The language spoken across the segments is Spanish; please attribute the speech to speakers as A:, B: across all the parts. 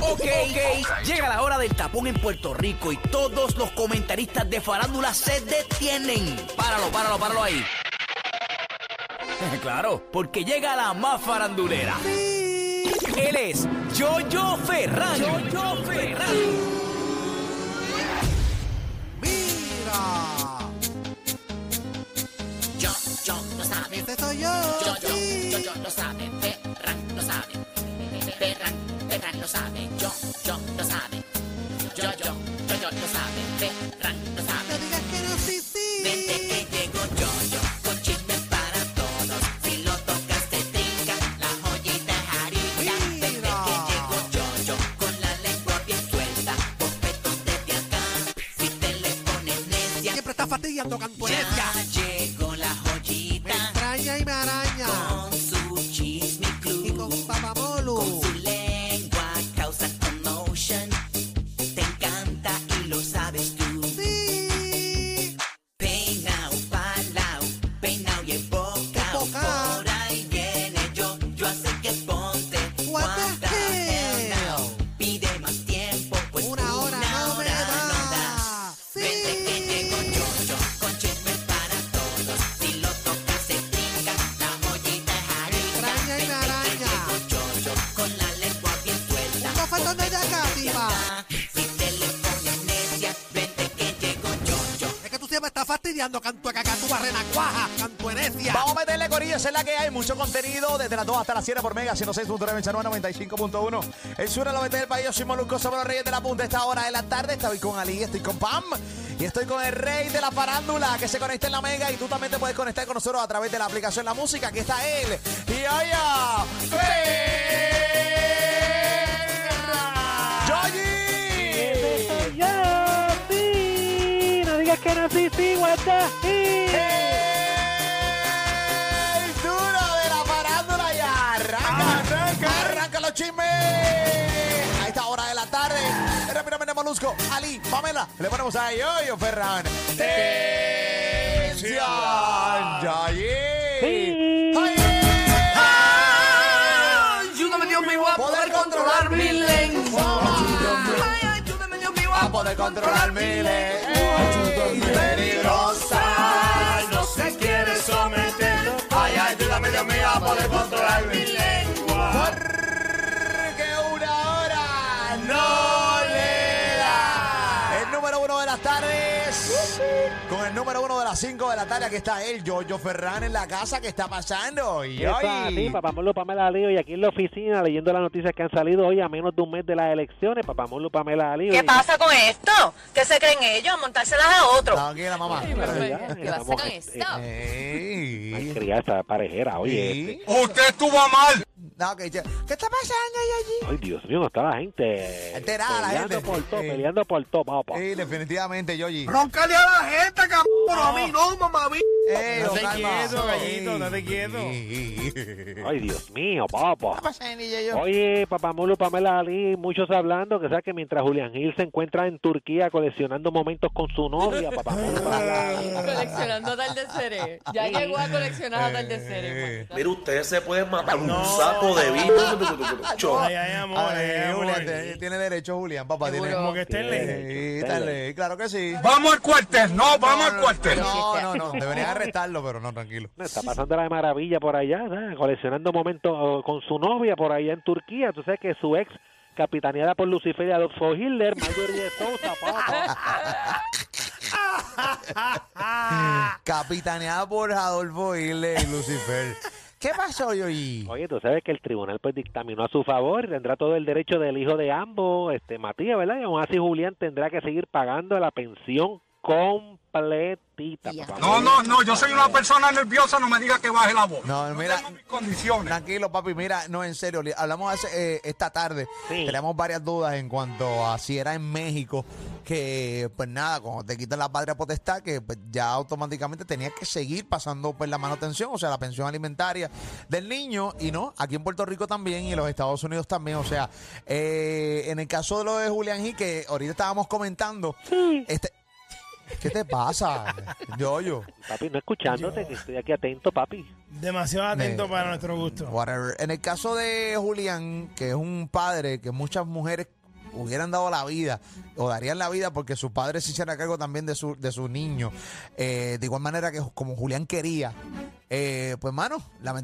A: Ok, llega la hora del tapón en Puerto Rico y todos los comentaristas de farándula se detienen. Páralo, páralo, páralo ahí. claro, porque llega la más farandulera. Él es Jojo Ferran. Jojo Ferran.
B: Mira,
C: Yo, yo, lo sabe.
B: este soy yo.
C: Yo, yo,
B: sí.
C: yo, yo, lo sabe. Ferran lo sabe. Ferran, Ferran lo sabe. Yo, yo, lo sabe. Yo, yo, yo, yo, lo sabe. Ferran lo
B: No
C: sabe.
B: digas que no, sí,
C: Desde
B: sí.
C: que llegó yo, yo, con chismes para todos. Si lo tocas te trinca, la joyita es harina. Desde que
B: Mira.
C: llegó yo, yo, con la lengua bien suelta. Bofetón desde acá, si te le pones necia.
B: Siempre está fastidiando cantuecia.
C: Ya llegó la
B: Me
C: joyita.
B: extraña y me araña.
C: Con su chisme
B: Y
C: club,
B: con papamolo.
C: con su lengua causa commotion. Te encanta y lo sabes tú.
B: Sí.
C: Peinao, palao, peinao y embocao.
B: Embocao.
C: Por ahí viene yo, yo hace que ponte.
B: What the
C: What the hell
B: hell?
C: now? Pide más tiempo, pues
B: Una hora no me
C: da.
B: da.
C: Desde que
B: Sí.
C: llegó Yoyo, con chismes para todos. Si lo tocas se pica, la joyita es harina.
B: Extraña y me
C: Desde que
B: araña.
C: llegó Yoyo, con la lengua bien suelta.
B: Un bofetón desde acá, tipa.
C: Si te le pones necia, vente que llegó Yoyo.
B: Es que tú siempre estás fastidiando, cantueca, cantúa, renacuaja, cantuenecia.
D: Vamos a meterle corillo, esa es la que hay. Mucho contenido desde las 2 hasta las 7 por Mega, 106.9 en San Juan, 95.1. El sur a la del país, yo soy Molusco, somos los reyes de la punta. Esta hora de la tarde estoy con Ali, estoy con Pam y estoy con el rey de la farándula que se conecta en la Mega y tú también te puedes conectar con nosotros a través de la aplicación La Música. Aquí está él. Y allá, ¡Yoyi!
E: Soy yo, sí. No digas que no sí, sí, what the hell.
D: ¡El duro de la farándula y arranca, arranca, arranca los chismes! A esta hora de la tarde, rápidamente Molusco, Ali, Pamela, le ponemos a Yoyo Ferran. ¡Tensión! ¡Yayi!
E: Sí.
D: ¡Ay!
F: Ayúdame Dios mío a poder controlar mi lengua. Ay, ayúdame Dios mío
D: A poder controlar mi ley peligrosa.
F: Ay, no se quiere someter.
D: Ay, ayúdame Dios mío a poder controlar mi
F: Mi
D: lengua.
F: lengua.
D: Porque una hora no le da. El número uno de las tardes. Con el número uno de las cinco de la tarde, aquí está él, Giorgio Ferran, en la casa. ¿Qué está pasando? Y
E: Eso a ti, Papamolo Pamela Alío, y aquí en la oficina leyendo las noticias que han salido hoy a menos de un mes de las elecciones, Papamolo Pamela Alío.
G: ¿Qué
E: Y-
G: pasa con esto? ¿Qué se creen ellos? Montárselas a otro.
D: Tranquila, mamá.
E: Pero ya,
G: ¿Qué pasa
E: estamos,
G: con
E: eh,
G: esto?
E: eh,
D: Ey.
E: malcriada esta parejera, oye.
D: Ey.
E: este.
F: Usted estuvo mal.
D: No, que- ¿Qué está pasando ahí allí?
E: Ay, Dios mío, no está la gente.
D: Alterada la
E: peleando
D: gente.
E: Por todo,
D: Eh.
E: Peleando por todo, papá.
D: Sí, definitivamente, Yoyi.
F: Roncale a la gente, cabrón. A mí no, mamá.
D: Ey,
H: No te
D: Eh, calma.
H: quieto, gallito, no te
D: Ey.
H: quieto.
E: Ay, Dios mío, papá.
D: ¿Qué pasa, Andy, Yoyo?
E: Oye, Papamulo, Pamela Ali, muchos hablando que sabes que mientras Julián Gil se encuentra en Turquía coleccionando momentos con su novia, Papamulo, Pamela Ali.
D: Ah,
I: Coleccionando atardeceres. Ya llegó a coleccionar atardeceres. Juanita.
H: Un sapo de bicho. Ay, ay, amor,
D: A ver,
H: ay, amor.
D: Julián, te- tiene derecho, Julián, papá. Tiene,
I: Seguro.
H: Como que esté en ley.
D: Sí, está en ley, claro que sí.
F: Vamos al cuartel. No, vamos al cuartel.
D: No, no, no, deberían arrestarlo, pero no, tranquilo.
E: No, Está pasando la maravilla por allá, ¿sabes? coleccionando momentos oh, con su novia por allá en Turquía. Tú sabes que su ex, capitaneada por Lucifer y Adolfo Hitler, Marjorie de Sousa, papá.
D: Capitaneada por Adolfo Ile y Lucifer. ¿Qué pasó, Yoyi?
E: Oye, tú sabes que el tribunal pues dictaminó a su favor y tendrá todo el derecho del hijo de ambos, este Matías, ¿verdad? Y aún así Julián tendrá que seguir pagando la pensión completita, papá.
F: No, no, no. Yo soy una persona nerviosa. No me diga que baje la voz.
D: No, mira,
F: Tengo mis condiciones.
D: tranquilo, papi, mira, no, en serio, li- hablamos hace, eh, esta tarde,
E: Sí.
D: tenemos varias dudas en cuanto a si era en México, que pues nada, cuando te quitan la patria potestad, que pues, ya automáticamente tenías que seguir pasando pues la manutención, o sea, la pensión alimentaria del niño, y no, aquí en Puerto Rico también y en los Estados Unidos también, o sea, eh, en el caso de lo de Julián Gil, que ahorita estábamos comentando, este... ¿Qué te pasa, Yoyo?
E: Papi, no escuchándote, que estoy aquí atento, papi.
H: Demasiado atento
D: Eh,
H: para nuestro gusto.
D: Whatever. En el caso de Julián, que es un padre que muchas mujeres hubieran dado la vida o darían la vida porque sus padres se hicieran cargo también de su, de sus niños. Eh, de igual manera que como Julián quería. Eh, pues, mano,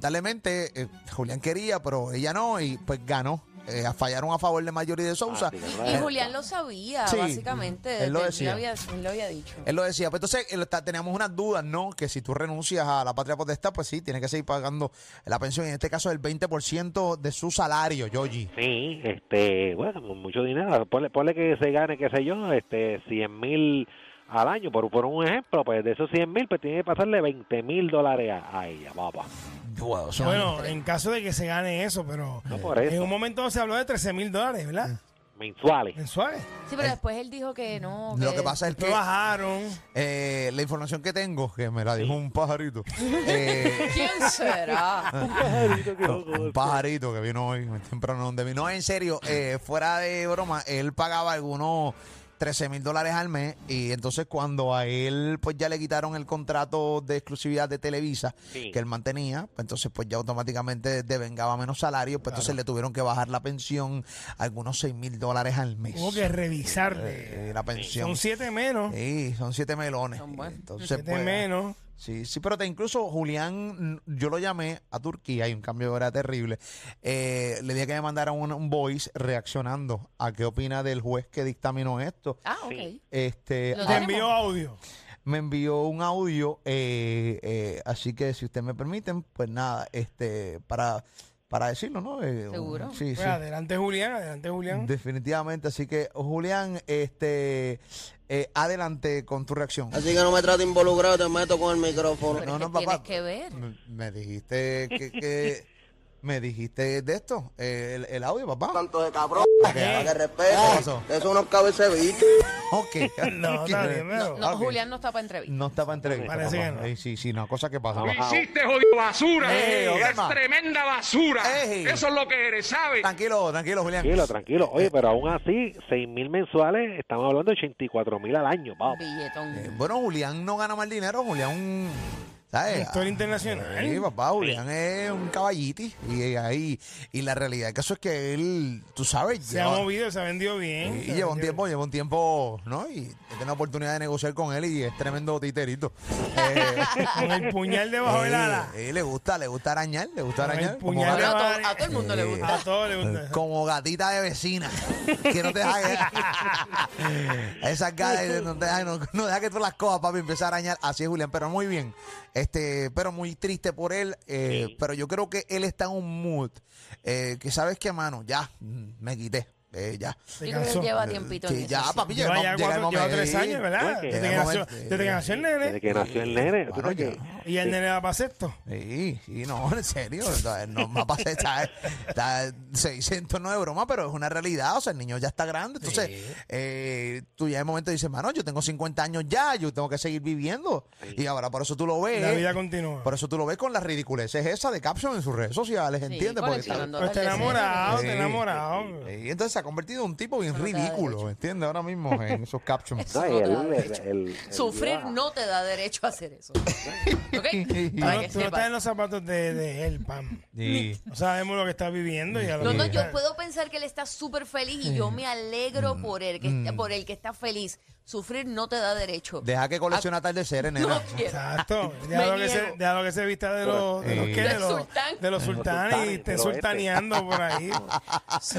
D: lamentablemente eh, Julián quería, pero ella no y pues ganó. Eh, fallaron a favor de Mayori de Sousa.
E: Ah, sí,
I: Y
E: ¿verdad?
I: Julián lo sabía,
D: Sí,
I: básicamente.
D: él lo
I: de-
D: decía.
I: había- él lo había dicho.
D: Él lo decía. Pues entonces él está- teníamos unas dudas, ¿no? Que si tú renuncias a la patria potestad, pues sí, tienes que seguir pagando la pensión. En este caso, el 20% de su salario, Yogi.
E: Sí, este, bueno, mu- mucho dinero. Ponle, ponle que se gane, qué sé yo, este, 100 mil al año, por, por un ejemplo, pues de esos 100 mil, pues tiene que pasarle 20 mil dólares a, a ella, papá.
D: Wow, son-
J: Bueno, en caso de que se gane eso, pero
E: No por
J: en
E: eso.
J: un momento se habló de 13 mil dólares, ¿verdad?
D: Ah.
E: Mensuales.
J: Mensuales.
I: Sí, pero después él dijo que no.
D: lo que pasa es
J: Después
D: que
J: bajaron.
D: eh, la información que tengo, que me la dijo un pajarito. eh,
I: ¿Quién será?
D: un pajarito que vino hoy muy temprano donde vino. No, en serio, eh,
I: Mm.
D: fuera de broma, él pagaba algunos 13 mil dólares al mes y entonces cuando a él pues ya le quitaron el contrato de exclusividad de Televisa
E: Sí.
D: que él mantenía, pues, entonces pues ya automáticamente devengaba menos salario, pues entonces le tuvieron que bajar la pensión a algunos 6 mil dólares al mes.
J: Hubo que revisarle.
D: Eh, la pensión.
J: Oh, Son siete menos.
D: Sí, son siete melones. Eh, Entonces,
J: siete
D: pues,
J: menos.
D: Sí, sí, pero te, incluso Julián, mm, yo lo llamé a Turquía y un cambio era terrible. Eh, le dije que me mandara un, un voice reaccionando a qué opina del juez que dictaminó esto.
I: Ah, ok.
E: Sí.
D: Este,
I: Lo
D: a-
J: Te
I: tenemos.
J: envió audio.
D: me envió un audio, eh, eh, así que si ustedes me permiten, pues nada, este, para, para decirlo, ¿no? Eh, un-
I: Seguro.
D: sí,
J: Pues
D: sí.
J: adelante, Julián. Adelante, Julián.
D: Definitivamente, así que Julián, este, eh, adelante con tu reacción.
F: Así que no me trate involucrado, te meto con el micrófono.
I: Pero
D: No,
I: es
D: no,
I: que
D: papá.
I: tienes que ver.
D: Me- Me dijiste que, que- me dijiste de esto, eh, el, el audio, papá.
F: Tanto de cabrón,
D: ¿Qué?
F: que
J: Eh.
D: ¿Qué
F: respete.
D: pasó?
F: Es unos cabecebitos.
D: Ok.
J: No, está bien, pero-
I: No,
D: Ok.
I: Julián no está para entrevista.
D: No estaba entrevista.
J: Parece
D: papá.
J: que no.
D: Ey, sí, sí, no, cosa que pasa.
E: Vamos,
D: papá.
E: vamos.
D: Ey, Obama,
K: Tremenda basura.
D: ey.
K: Eso es lo que eres, ¿sabes?
D: Tranquilo, tranquilo, Julián. Eh,
E: Tranquilo, tranquilo. Oye, pero aún así, 6 mil mensuales, estamos hablando de 84 mil al año, papá.
I: Billetón.
D: Eh, bueno, Julián no gana más dinero, Julián, ¿sabes?
J: Director internacional.
D: Sí, papá, Julián es un caballiti. Y, eh, ahí, y la realidad del caso es que él, tú sabes,
J: Se ha
D: lleva-
J: movido, se ha vendido bien.
D: Y
J: se ha
D: lleva un
J: vendido
D: tiempo, lleva un tiempo, ¿no? Y he tenido la oportunidad de negociar con él y es tremendo titerito. Eh,
J: bien. Con el puñal debajo del ala.
D: eh, eh, le gusta, le gusta arañar, le gusta
J: Con el
D: arañar. Como, gata-
J: puñal
I: Bueno, a, todo,
J: debajo
I: a todo el mundo le
D: Eh,
I: gusta.
J: A todos les gusta. eso.
D: como gatita de vecina. que no te deja que, Esas gatas no, te deja- no- no deja que tú las cojas, papi, empieza a arañar. Así es, Julián, pero muy bien. Este, pero muy triste por él. eh, Pero yo creo que él está en un mood eh, que sabes que, mano, ya mm, me quité. eh, ya.
J: Se
I: Yo creo que
J: cansó.
I: él lleva tiempito en
D: Sí,
I: eso,
D: ya,
I: sí.
D: papi,
J: Lleva
D: llega-
J: ya
D: llega el
J: cuatro, lleva
D: momento.
J: tres años, ¿verdad?
E: que
D: llega
J: Desde que
D: el
J: nació-
D: momento,
J: desde que
D: eh,
J: nació el nene.
E: Desde que nació el nene, ¿tú
D: Bueno,
E: sabes que-
D: ya.
J: Y el nene va para sexto.
D: Sí, sí, no, en serio. no, No, más pasa, está, está 600 no es broma, pero es una realidad. O sea, el niño ya está grande. Entonces, eh, tú ya en el momento dices, mano, yo tengo 50 años ya, yo tengo que seguir viviendo. Y ahora, por eso tú lo ves.
I: Eh,
J: La vida continúa.
D: Por eso tú lo ves con las ridiculeces esa de caption en sus redes sociales,
I: Sí,
D: ¿entiendes? Porque está-
I: coleccionando
J: Pues está
I: las decenas.
J: enamorado,
D: Sí.
J: está enamorado.
D: Sí, entonces se ha convertido en un tipo bien
I: Eso no te da
D: ridículo,
I: derecho.
D: ¿entiendes? Ahora mismo en esos captions.
E: No,
I: Eso
E: y
I: no te da
E: él-
I: derecho.
E: él- él- él
I: Sufrir
E: lleva-
I: no te da derecho a hacer eso. ¿Ok? Para
J: No,
I: que
J: tú no
I: sepas.
J: estás en los zapatos de, de él, Pam.
D: Sí.
J: No sabemos lo que está viviendo. Y a lo
I: No, no,
J: que-
I: yo puedo pensar que él está súper feliz y yo me alegro por él, que está- por el que está feliz. Sufrir no te da derecho.
D: Deja que colecciona atardecer, nena.
I: Ah, No quiero.
J: Exacto. Déjalo que, se,
I: niego.
J: déjalo que se vista de los, de los,
D: Eh.
J: ¿qué?
I: Del
J: De los,
I: sultán.
J: de los sultanes y
E: sultanes,
J: esté
E: del oeste.
J: sultaneando por ahí.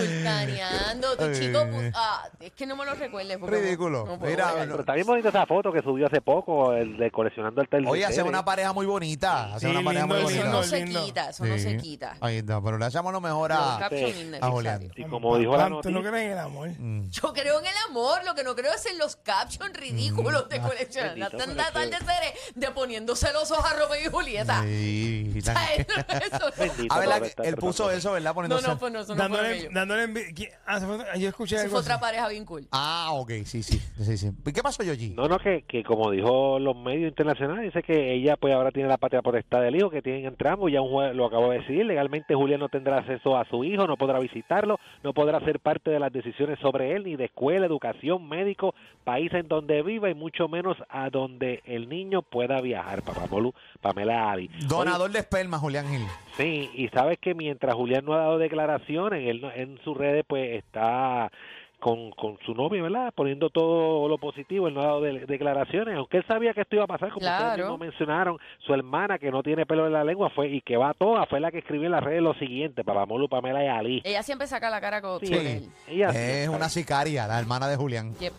I: Sultaneando, tu chico. pu- ah, es que no me lo recuerdes. porque no-
D: Ridículo.
I: no puedo
D: Mira,
I: bregar.
E: Pero está bien bonita esa foto que subió hace poco, el de coleccionando el teléfono.
D: Oye, hace una pareja muy bonita. Hace
J: Sí,
D: una pareja
J: lindo,
D: muy
I: Eso
D: bonita.
I: no se
J: lindo.
I: quita, eso no
D: Sí. Ah.
I: se quita.
D: Ahí está, pero le hacemos lo mejor
I: Los
D: a,
I: captions
D: a
I: innecesarios.
D: Julián.
E: Y como dijo la
J: Pam, tú no
E: noticia,
J: crees en el amor.
I: Yo creo en el amor, lo que no creo es en los captions ridículos de coleccionar. La
E: bendito, pero
I: tanta
E: es
I: tarde
E: que-
I: seres de poniéndose los ojos a Romeo y Julieta.
D: Sí,
I: O sea,
D: tan-
I: eso no-
E: bendito,
D: Ah, ¿verdad?
E: pobre,
D: que
E: está
D: Él puso
E: tratando.
D: eso, ¿verdad?
I: No,
D: Poniéndose-
I: no, pues no, eso no fue
J: dándole,
I: aquello.
J: dándole envi- ¿Quién- ah, se fue- Yo escuché
I: Eso
J: algo.
I: fue
J: así.
I: otra pareja bien cool.
D: Ah, ok, sí, sí. sí, sí. ¿Y qué pasó, Yogi?
E: No, no, que, que como dijo los medios internacionales, dice que ella pues ahora tiene la patria potestad del hijo que tienen entre ambos, ya un juez lo acabó de decidir, legalmente Julián no tendrá acceso a su hijo, no podrá visitarlo, no podrá ser parte de las decisiones sobre él, ni de escuela, educación, médico, país en donde viva y mucho menos a donde el niño pueda viajar, papá Molu, Pamela Ali. Oye,
D: Donador de esperma, Julián Gil.
E: Sí, y sabes que mientras Julián no ha dado declaraciones, él no- en sus redes pues está con, con su novio, ¿verdad? Poniendo todo lo positivo, él no ha dado de- declaraciones, aunque él sabía que esto iba a pasar, como ustedes
I: Claro.
E: mismos mencionaron, su hermana que no tiene pelo en la lengua fue y que va a toda, fue la que escribió en las redes lo siguiente, Papamolu, Pamela y Ali.
I: Ella siempre saca la cara con,
E: Sí,
I: con él.
E: ella sí
D: Es
E: está
D: una sicaria, la hermana de Julián.
I: Yep.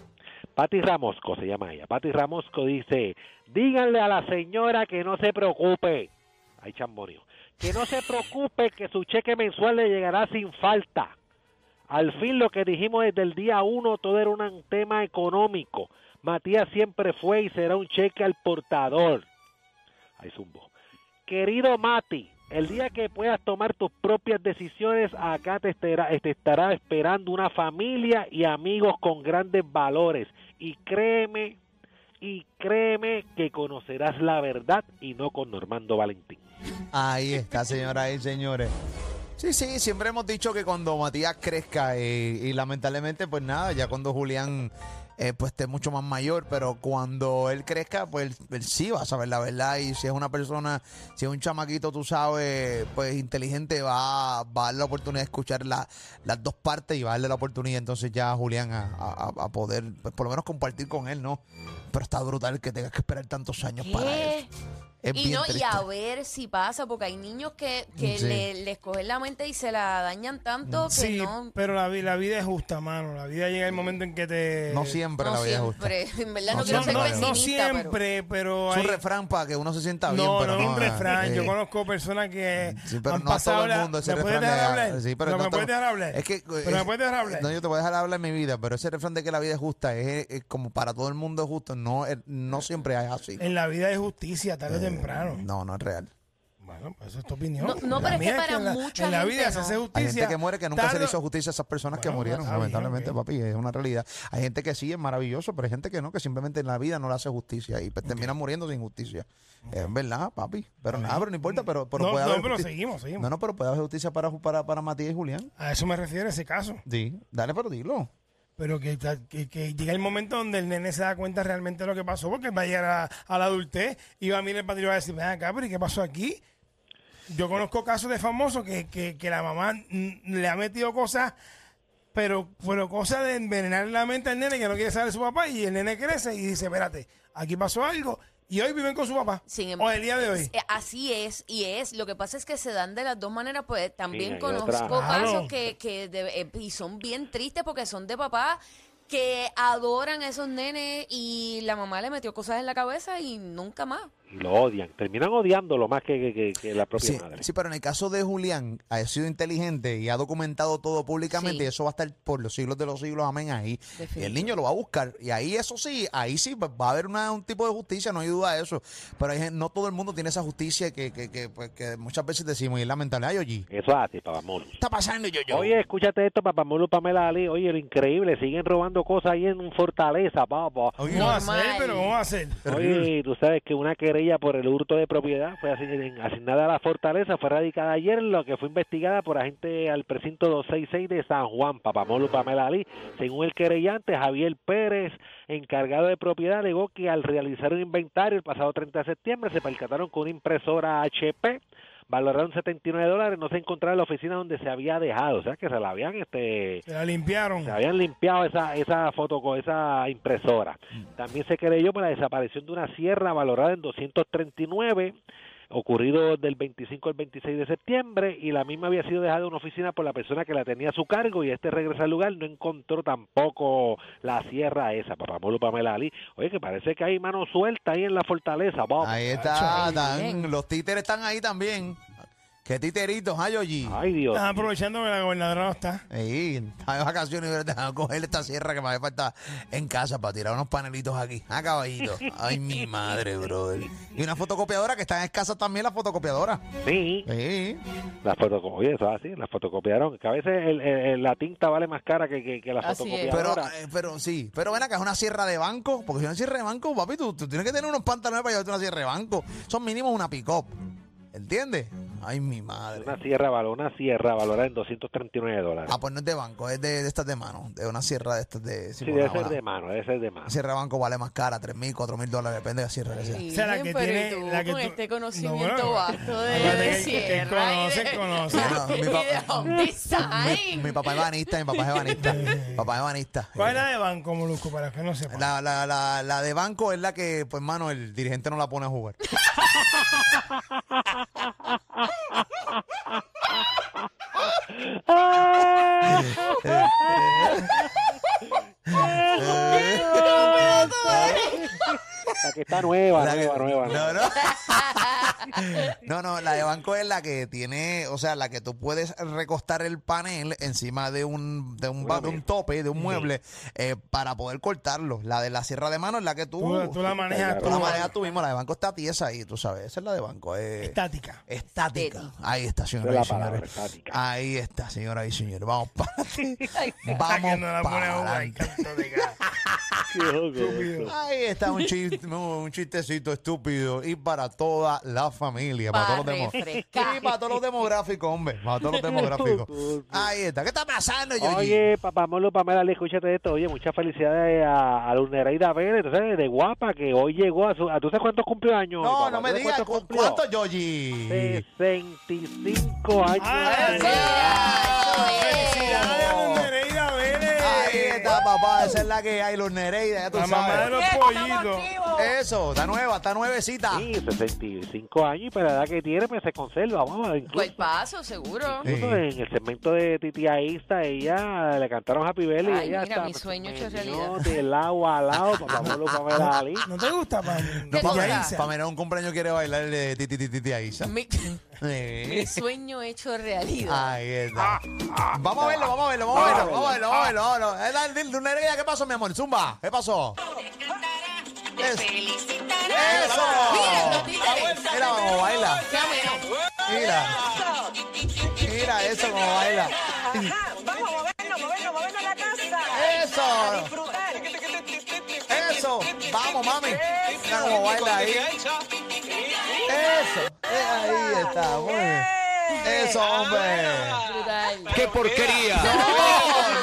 E: Patti Ramosco se llama ella. Patti Ramosco dice, díganle a la señora que no se preocupe. Ay, chamborio. Que no se preocupe que su cheque mensual le llegará sin falta. Al fin lo que dijimos desde el día uno, todo era un tema económico. Matías siempre fue y será un cheque al portador. Ay, zumbo. Querido Mati, el día que puedas tomar tus propias decisiones, acá te estará, te estará esperando una familia y amigos con grandes valores. Y créeme, y créeme que conocerás la verdad y no con Normando Valentín.
D: Ahí está, señoras y señores. Sí, sí, siempre hemos dicho que cuando Matías crezca eh, y lamentablemente, pues nada, ya cuando Julián eh, pues esté mucho más mayor, pero cuando él crezca, pues él, él sí va a saber la verdad y si es una persona, si es un chamaquito, tú sabes, pues inteligente, va, va a dar la oportunidad de escuchar la- las dos partes y va a darle la oportunidad entonces ya a Julián a, a- a- a poder, pues por lo menos compartir con él, ¿no? Pero está brutal que tengas que esperar tantos años para
I: ¿Qué?
D: eso. Es
I: y
D: bien
I: no, y
D: triste.
I: a ver si pasa, porque hay niños que, que
D: Sí.
I: le- les cogen la mente y se la dañan tanto que
J: Mm. Sí,
I: no.
J: pero la, vi- la vida es justa, mano. La vida llega el momento en que te...
D: No siempre
I: no
D: la vida es justa.
I: siempre. En verdad no,
D: No,
I: quiero
J: No,
I: ser
J: no,
D: vecino,
J: no
I: pesimista, pero-
J: siempre, pero...
D: Es un
J: hay-
D: refrán para que uno se sienta bien,
J: No,
D: pero
J: no,
D: no.
J: es un refrán. Yo
D: eh,
J: conozco personas que
D: Sí, pero no a
J: han
D: todo
J: pasado
D: el
J: la-
D: mundo ese
J: ¿Me puedes
D: refrán.
J: dejar
D: de-
J: hablar?
D: Sí, pero
J: no,
D: no todo-
J: me puedes dejar hablar.
D: Es que, eh,
J: pero me puedes dejar hablar.
D: No, yo te voy a dejar hablar en mi vida, pero ese refrán de que la vida es justa es, es como para todo el mundo es justo. No, es- no siempre es así.
J: En la vida hay justicia, tarde o
D: Eh,
J: temprano.
D: No, no es real.
J: Bueno, pues esa es tu opinión.
I: No, no,
J: La
I: pero es que
J: mía
I: para
J: en la,
I: mucha
J: En la
I: gente
J: vida se
I: no.
J: hace
D: Hay
J: justicia.
D: gente que muere que nunca se
J: tarde-
D: le hizo justicia a esas personas que
J: Bueno,
D: murieron,
J: está bien,
D: lamentablemente,
J: ok.
D: papi, es una realidad. Hay gente que sí es maravilloso, pero hay gente que no, que simplemente en la vida no le hace justicia y pues, termina muriendo sin justicia. Es verdad, papi. Pero nada, pero no importa, pero, pero
J: No,
D: puede
J: no,
D: haber
J: pero
D: justi-
J: seguimos, seguimos.
D: No, no, pero puede haber justicia para, para, para Matías y Julián.
J: A eso me refiero ese caso.
D: Sí, dale, pero dilo.
J: Pero que, que- que llega el momento donde el nene se da cuenta realmente de lo que pasó, porque va a llegar a, a la adultez y va a mirar el padre y va a decir, ven acá, pero ¿y qué pasó aquí? Yo conozco casos de famosos que, que- que la mamá mm, le ha metido cosas, pero, pero cosas de envenenar la mente al nene que no quiere saber de su papá y el nene crece y dice, espérate, aquí pasó algo y hoy viven con su papá.
I: Sin em-
J: o el día de hoy.
I: Eh, Así es, y es. Lo que pasa es que se dan de las dos maneras, pues también
E: hay
I: conozco
E: otra.
I: casos
J: Claro.
I: que, que de- eh, y son bien tristes porque son de papá que adoran a esos nenes y la mamá le metió cosas en la cabeza y nunca más.
E: Y lo odian, terminan odiándolo más que, que- que- que la propia
D: Sí,
E: madre.
D: sí, pero en el caso de Julián, ha sido inteligente y ha documentado todo públicamente
I: Sí.
D: y eso va a estar por los siglos de los siglos, amén, ahí.
I: Definitivo.
D: El niño lo va a buscar y ahí eso sí, ahí sí pues, va a haber una- un tipo de justicia, no hay duda de eso. Pero hay gen- no todo el mundo tiene esa justicia que, que, que, pues, que muchas veces decimos y es lamentable. Ay, oye, ¿qué
E: Eso es así, Papamolu.
D: está pasando, yo, yo?
E: Oye, escúchate esto, Papamolu, Pamela Ali. Oye, lo increíble, siguen robando cosas ahí en Fortaleza, papá.
D: Oye,
J: Vamos a hacer,
I: Normal.
J: pero vamos a hacer.
E: Oye, tú sabes que una querella por el hurto de propiedad fue asign- asignada a la fortaleza, fue radicada ayer, en lo que fue investigada por agente al precinto 266 de San Juan, Papamolo Pamela Ali. Según el querellante, Javier Pérez, encargado de propiedad, alegó que al realizar un inventario el pasado 30 de septiembre se percataron que una impresora HP valoraron 79 dólares, no se encontraba en la oficina donde se había dejado, o sea que se la habían este,
J: Se la limpiaron.
E: se habían limpiado esa esa foto esa impresora. También se creyó por la desaparición de una sierra valorada en 239 ocurrido del 25 al 26 de septiembre y la misma había sido dejada en una oficina por la persona que la tenía a su cargo y este regresa al lugar no encontró tampoco la sierra esa, Papamolo Pamela Ali. Oye, que parece que hay mano suelta ahí en la fortaleza, vamos.
D: Ahí está,
I: Ay,
D: tan-
I: bien.
D: los títeres están ahí también. ¿Qué títeritos, ay, oye?
E: Ay, Dios.
J: Están aprovechando que la gobernadora no está.
D: Ahí, estaba de vacaciones y hubiera a coger esta sierra que me hace falta en casa para tirar unos panelitos aquí. Ah, caballito. Ay, mi madre, brother. Y una fotocopiadora que está en casa también, la fotocopiadora.
E: Sí.
D: Sí.
E: Las fotocopiaron, oye, eso es así, las fotocopiaron. Que a veces el- el- el- la tinta vale más cara que, que, que la
I: Así es.
D: Pero,
E: fotocopiadora.
D: eh, pero sí, pero ven acá, es una sierra de banco. Porque si es una sierra de banco, papi, tú, tú tienes que tener unos pantalones para llevarte una sierra de banco. Son mínimos una pick-up. ¿Entiendes? Ay, mi madre.
E: Una sierra valora, una sierra valorada en 239 dólares.
D: Ah, pues no es de banco, es de, de estas de mano. De una sierra de estas de.
E: Sí,
D: por
E: debe
D: una-
E: ser
D: una-
E: de mano, debe ser de mano.
D: una sierra de banco vale más cara, 3 mil, 4 mil dólares, depende de la sierra que sea.
I: Sí,
J: O sea, la que
I: pero
J: tiene-
I: y tú
J: la que
I: con
J: tú-
I: este
J: No,
I: conocimiento
J: bueno,
I: vasto de,
J: acuérdate
I: de
J: que- que
I: sierra y de,
J: conoce, conoce.
D: No, mi
I: y
D: papá-
I: de home
D: Mi,
I: design.
D: mi papá es banista, mi papá es banista. papá es banista.
J: ¿Cuál es la de banco, Molusco, para que no sepa?
D: La, la, la, la de banco es la que, pues, mano, el dirigente no la pone a jugar.
E: La que está nueva,
D: La que-
E: nueva, nueva. nueva.
D: No, no. No, no, la de banco es la que tiene, o sea, la que tú puedes recostar el panel encima de un, de un, ba- de un tope, de un mueble, eh, para poder cortarlo. La de la sierra de mano es la que tú,
J: Tú, tú la manejas
D: tú la
J: tú,
D: manejas tú mismo. La de banco está tiesa ahí, tú sabes. Esa es la de banco. eh,
J: estática.
D: estática. Ahí está,
E: Esa
D: señora y
E: es la palabra,
D: señores.
E: estática.
D: Ahí está, señora y señores. Vamos para
J: Que
D: Vamos
J: no la pone a
D: para
J: jugar, canto de gato.
D: Ahí está un, chiste, un chistecito estúpido y para toda la familia, para,
I: Pa'
D: todos los demo-
I: refrescar.
D: y para todos los demográficos, hombre, para todos los demográficos. Ahí está, ¿qué está pasando, Yoyi?
E: Oye, papá Molo, Pamela, Lee, escúchate esto. Oye, muchas felicidades a, a Lunereida Vélez, entonces, de guapa, que hoy llegó a su... ¿a ¿Tú sabes cuántos cumpleaños?
D: no,
E: papá?
D: no
E: ¿Tú
D: me
E: sabes
D: digas
E: cuántos
D: cu-
E: cumplió?
D: cuánto, Yoyi.
E: 65 años.
D: Ah,
J: ¡Ay,
I: Eso es.
J: ¡Felicidades a Luz Nereida Vélez!
D: Oh. Ahí está, papá, esa es la que hay, Luz Nereida, ya tú
J: La mamá de
D: sabes.
J: los pollitos.
D: Eso, está nueva, está
I: Ah.
D: nuevecita.
E: Sí, 65 años y para la edad que tiene, pues se conserva. Vamos, incluso,
I: Buen paso, seguro.
D: Sí.
E: incluso en el segmento de Titi Aista, ella le cantaron Happy Belly.
I: Ay,
E: ella
I: mira,
E: hasta
I: mi sueño
E: se
I: hecho
E: meneó
I: realidad.
E: De lado a lado, papá Molo, Pamela Ali.
J: ¿No te gusta, Pam?
D: No,
I: ¿Qué
D: Pamela,
I: cosa?
D: Pamela, un cumpleaños quiere bailar de titi titi a Isa.
I: Mi, mi sueño hecho realidad.
D: Ahí está. Vamos a verlo, vamos a verlo, vamos a verlo, vamos a verlo, vamos a verlo. Vamos a verlo. Eh, dale, dile, Luna Heredia, ¿qué pasó, mi amor? Zumba, ¿qué pasó? Es- ¡Eso! Mira cómo baila. Mira. Mira eso como baila. Eso. Eso. Vamos, mami. Mira cómo baila ahí. Eso. Eh, Ahí está, muy bien. Eso, hombre.
I: Brutal.
K: ¡Qué porquería!
I: Eso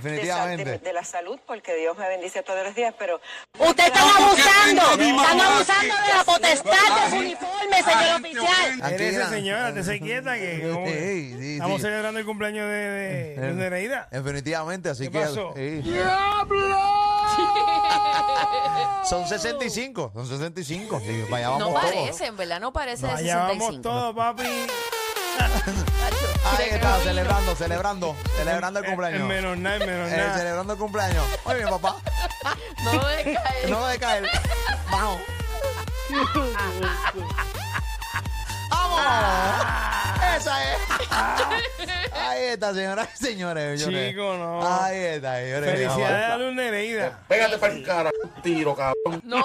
D: definitivamente.
F: de la salud, porque Dios me bendice todos los días, pero
G: Ustedes están abusando, están abusando de la potestad de su uniforme, señor oficial.
J: Eres esa
D: Tranquila.
J: señora, te se quieta que como-
D: Sí, sí, sí.
J: estamos celebrando el cumpleaños de, de, de Nereida.
D: Definitivamente, así
J: ¿Qué
D: que.
J: pasó?
D: sí. Son 65, son 65. Sí, vaya, vamos
I: No
D: todos.
I: parece, en verdad, no parece de
J: Allá vamos
I: 65.
J: todos, papi.
D: Ahí está, celebrando, celebrando, celebrando el
J: El
D: cumpleaños.
J: menos nada, el menos
D: Eh,
J: nada.
D: celebrando el cumpleaos. Oye, mi papá,
I: No me cae.
D: no de caer. Vamos. ¡Vamos! Esa es. Ahí está, señoras y señores. señores.
J: Chico, no.
D: Ahí está, señores.
J: Felicidades a Luz Nereida.
H: Pégate para el cara, un tiro, cabrón.
I: No,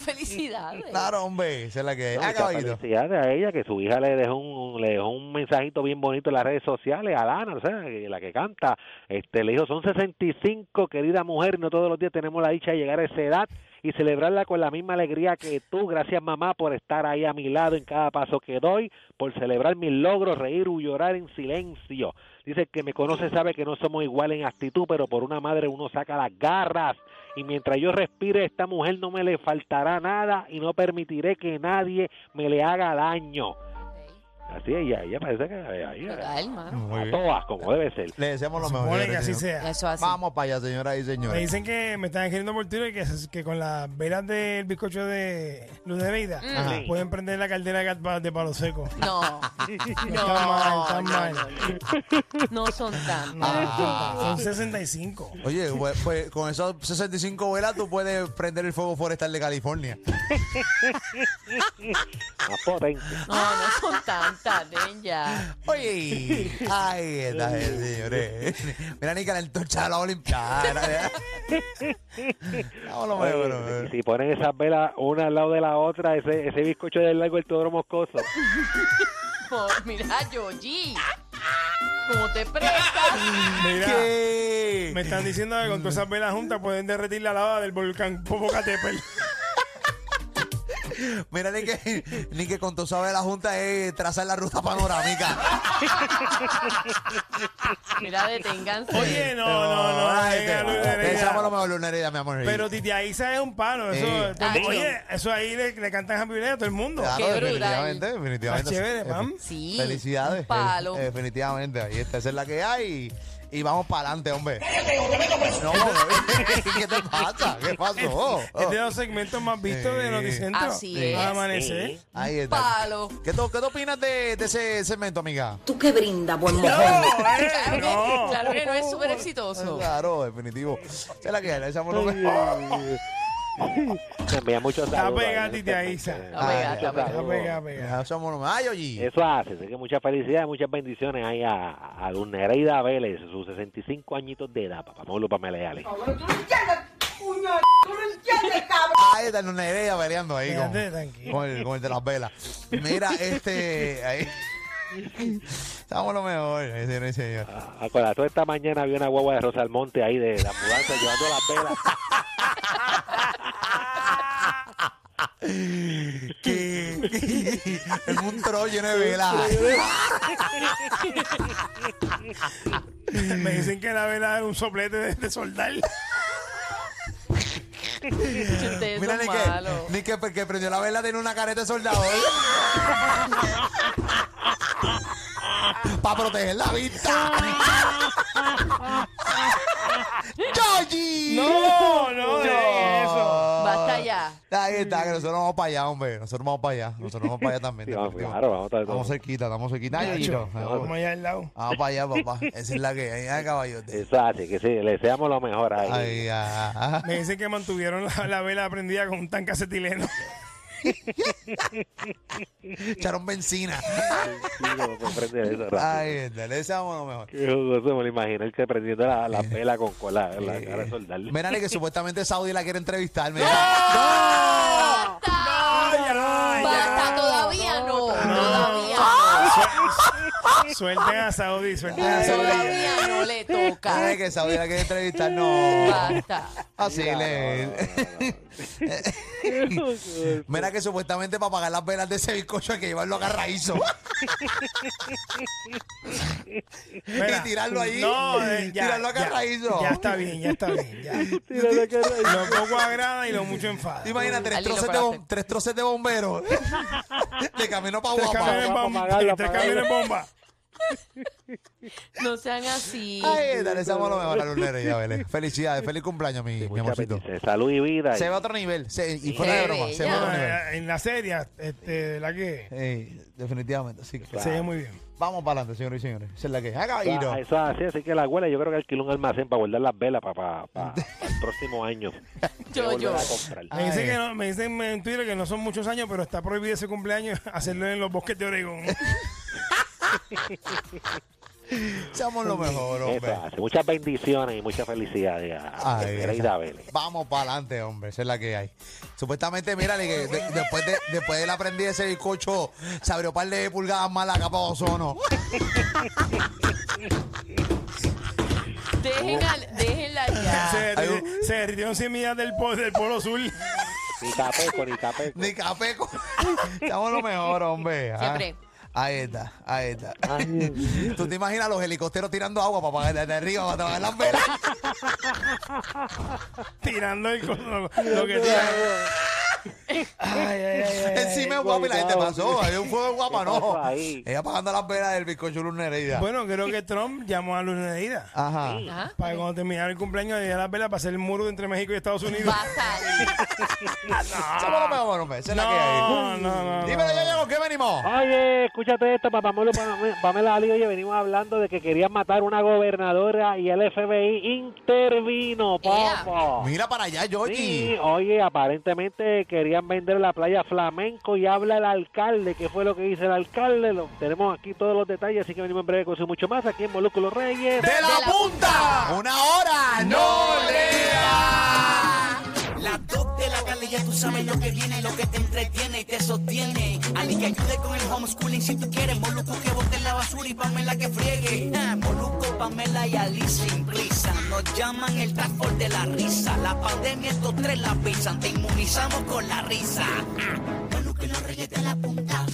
I: felicidades.
D: Claro, hombre, esa es la que es.
E: No,
D: Ah,
E: muchas
D: caballito.
E: felicidades a ella, que su hija le dejó un, le dejó un mensajito bien bonito en las redes sociales, a Lana, o sea, que- la que canta, este, le dijo, son 65, querida mujer, no todos los días tenemos la dicha de llegar a esa edad y celebrarla con la misma alegría que tú. Gracias, mamá, por estar ahí a mi lado en cada paso que doy, por celebrar mis logros, reír o llorar en silencio. Dice que me conoce, sabe que no somos iguales en actitud, pero por una madre uno saca las garras. Y mientras yo respire, esta mujer no me le faltará nada y no permitiré que nadie me le haga daño. Así ella, ella parece que ahí,
I: Total, mano.
D: Muy
E: a
D: bien.
E: todas, como debe ser.
D: Le deseamos lo mejor.
J: Supone que
D: señores y
J: así
D: señores.
J: sea.
I: Eso así.
D: Vamos para allá, señoras y
J: Me
D: señores.
J: dicen que me están escribiendo por Twitter que, se- que con las velas del bizcocho de Luz Nereida
I: Mm.
E: Ajá.
J: pueden prender la caldera de gat- de palo seco.
I: No,
J: Están mal, están mal.
I: no son tan.
D: Ah.
J: Son 65.
D: Oye, pues, pues, con esos 65 velas tú puedes prender el fuego forestal de California.
E: Más potente.
I: No, no son tantas, ven ya.
D: Oye, ahí está, señores. Mira, ni que la antorcha de la Olimpiada. Vamos lo
E: Oye,
D: mejor,
E: si-
D: mejor.
E: si ponen esas velas una al lado de la otra, ese, ese bizcocho del largo el todo moscoso.
I: Por- mira, Yoji. ¿Cómo te prestas?
J: Mira,
D: ¿Qué?
J: me están diciendo que con todas esas velas juntas pueden derretir la lava del volcán Popocatépetl.
D: Mira, ni que, ni que con tu sabe la Junta es trazar la ruta panorámica.
I: Mira, deténganse.
J: Oye, no, no, no.
D: Ay,
J: venga,
D: te-
J: Luz
D: te
J: Nereida.
D: deseamos lo mejor, Luz Nereida, mi amor.
J: Pero Titi Isa es un palo. Eso,
D: Sí.
J: todo-
I: Ay.
J: oye, eso ahí le, le cantan Happy Birthday a todo el mundo.
D: Claro,
I: Qué brutal.
D: definitivamente, definitivamente.
J: Está chévere, pam.
I: Sí,
D: Felicidades.
I: un palo.
D: Eh, definitivamente, ahí está. Esa es la que hay. Y vamos para adelante, hombre. No, ¿qué te pasa? ¿Qué
I: Este
D: pasó? Oh,
J: Es de los segmentos más vistos de
D: Sí.
J: Noticentro.
I: Así es.
J: Al amanecer.
D: Ahí está.
I: Palo.
D: ¿Qué, tú- qué tú opinas de, de ese segmento, amiga?
G: ¿Tú qué brinda, buen mojón?
I: Claro, que, claro que no es súper exitoso.
D: Claro, definitivo. Esa es la que hay. le deseamos lo mejor.
E: Te envía muchos
J: Está
E: saludos.
J: pegada,
E: ahí,
J: Titi
E: muchos
J: Aiza.
E: saludos.
I: Está pegada, está
E: Muchos
I: pegada.
J: Está
E: saludos.
J: pegada,
D: Le
J: pegada.
D: deseamos lo mejor. Ay, oye.
I: Eh.
E: Eso hace, así que muchas felicidades, muchas bendiciones ahí a, a Luz Nereida Vélez, sus 65 añitos de edad, papá Molo, para meleales.
D: Ahí está una idea peleando ahí con,
J: Fíjate, tranquilo.
D: con el, con el de las velas. Mira, este. Ahí. Estamos lo mejor, eh, señor y señor.
E: A Ah, toda esta mañana había una guagua de Rosalmonte ahí de la mudanza llevando las velas.
D: que en un troll lleno de velas.
J: Me dicen que la vela era un soplete de, de soldar.
I: Ustedes
D: Mira, ni
I: son
D: que,
I: malos.
D: ni que porque prendió la vela tiene una careta de soldado. Para proteger la vista. ¡Yogi!
J: No, no, no. eso.
I: Basta ya.
D: Ahí está, que nosotros vamos para allá, hombre. Nosotros vamos para allá. Nosotros vamos para allá también.
E: Sí, vamos,
D: definitivo.
E: claro, vamos para
D: Estamos
E: todo.
D: cerquita, estamos cerquita. Ay, Yoyito.
J: Vamos allá al lado.
D: Vamos para allá, papá. Esa es la que hay, ay, caballote.
E: Eso hace, que sí, le deseamos lo mejor ahí.
D: Ay, ah, ah.
J: Me dicen que mantuvieron la, la vela prendida con un tanque acetileno.
D: Echaron benzina.
E: Sí, como comprender eso, rápido.
D: Ay, está, le deseamos lo mejor.
E: Qué jugoso, me lo imagino, el que prendiendo la, la vela con cola, la cara de soldar.
D: Eh, Mira, ni que supuestamente Saudi la quiere entrevistar. Mira.
I: ¡Basta! ¡Basta! Todavía no. Todavía no.
J: Suel- Suelten a Saudi, suelten a Saudi.
I: Todavía no le
D: Mira, ni
I: toca.
D: que Saudi la quiere entrevistar. No.
I: Basta.
D: Así le. Mira que supuestamente para pagar las velas de ese bizcocho hay que llevarlo a Carraízo.
J: Mira,
D: y tirarlo ahí.
J: No, eh, ya,
D: tirarlo a
J: ya,
D: Carraízo.
J: Ya está bien, ya está bien. Ya. Lo poco agrada y lo mucho enfada.
D: Imagina tres
I: Al hilo
D: troces, de
I: pagaste.
D: bom- tres troces de bomberos de camino para
J: Tres camiones
D: Guapa.
J: bomba.
E: apagarlo,
J: Tres
E: apagarlo.
J: camiones bomba.
I: No sean así.
D: Ay, dale, estamos lo mejor a Luz Nereida, Vélez. Felicidades, feliz cumpleaños, mi, mi
E: Muchas
D: amorcito.
E: bendiciones, salud y vida.
D: Se
E: y-
D: ve a otro nivel. se- y fuera de
I: Qué
D: broma, se ve a
I: bella.
D: otro nivel.
J: Eh, En la serie, este, la que
D: Ey, definitivamente, sí.
J: se ve muy bien.
D: Vamos para adelante, señores y señores. Esa es la que es. Haga
E: Ah,
D: Iro.
E: Eso es así, así que la abuela yo creo que alquiló un almacén para guardar las velas para, para, el próximo año.
I: Yo,
E: Que volver
I: yo.
E: a comprar.
J: Me dicen,
D: Ay.
J: que no- me dicen en Twitter que no son muchos años, pero está prohibido ese cumpleaños hacerlo en los bosques de Oregón.
D: Seamos lo mejor,
E: Eso
D: hombre.
E: hace. Muchas bendiciones y muchas felicidades a a
D: Ay,
E: Nereida Vélez.
D: Vamos para adelante, hombre. Esa es la que hay. Supuestamente, mira, que de- después, de, después de la prendida de ese bizcocho, se abrió par de pulgadas más la capa de ozono.
I: Dejen al- déjenla
J: se,
I: ya.
J: derri- se derritieron semillas del, po- del polo sur.
E: Ni capeco, ni capeco.
D: Ni café. con- Estamos lo mejor, hombre. ah.
I: Siempre.
D: Ahí está, ahí está. ¿Tú te imaginas los helicópteros tirando agua para pagar desde arriba para trabajar las velas?
J: tirando el co- lo, lo que tiran.
D: Encima de guapa y la gente pasó. Hay un fuego de guapa,
E: ¿Qué pasó
D: no.
E: ahí?
D: Ella pagando las velas del bizcocho Luz Nereida.
J: Bueno, creo que Trump llamó a Luz Nereida
D: Ajá.
I: Ajá.
J: para que cuando terminara el cumpleaños de las velas para hacer el muro entre México y Estados Unidos.
I: Basta.
D: Somos los mejores, hombre. Esa es la que
J: No, no,
D: hay.
J: no. no.
D: Dímelo, ya llegó, ¿qué venimos?
E: Oye, escúchate esto, papá Molo, Pam- Pamela Ali, oye, venimos hablando de que querían matar una gobernadora y el FBI intervino,
I: Ea.
E: papá.
D: Mira para allá, Georgie.
E: Sí, oye, aparentemente querían vender la playa flamenco y habla el alcalde. ¿Qué fue lo que dice el alcalde? Lo, tenemos aquí todos los detalles, así que venimos en breve con eso y mucho más aquí en Molúsculo Reyes.
D: ¡De la punta! ¡Una hora! ¡No le
C: Las dos de la tarde ya tú sabes lo que viene, lo que te entretiene y te sostiene. Ali que ayude con el homeschooling si tú quieres. Moluco que bote la basura y Pamela que friegue. Ah, Moluco, Pamela y Ali sin prisa. Nos llaman el transport de la risa. La pandemia estos
A: ah.
C: tres la pisan. Te inmunizamos con la risa. Ah, Moluco y los reyes de la punta.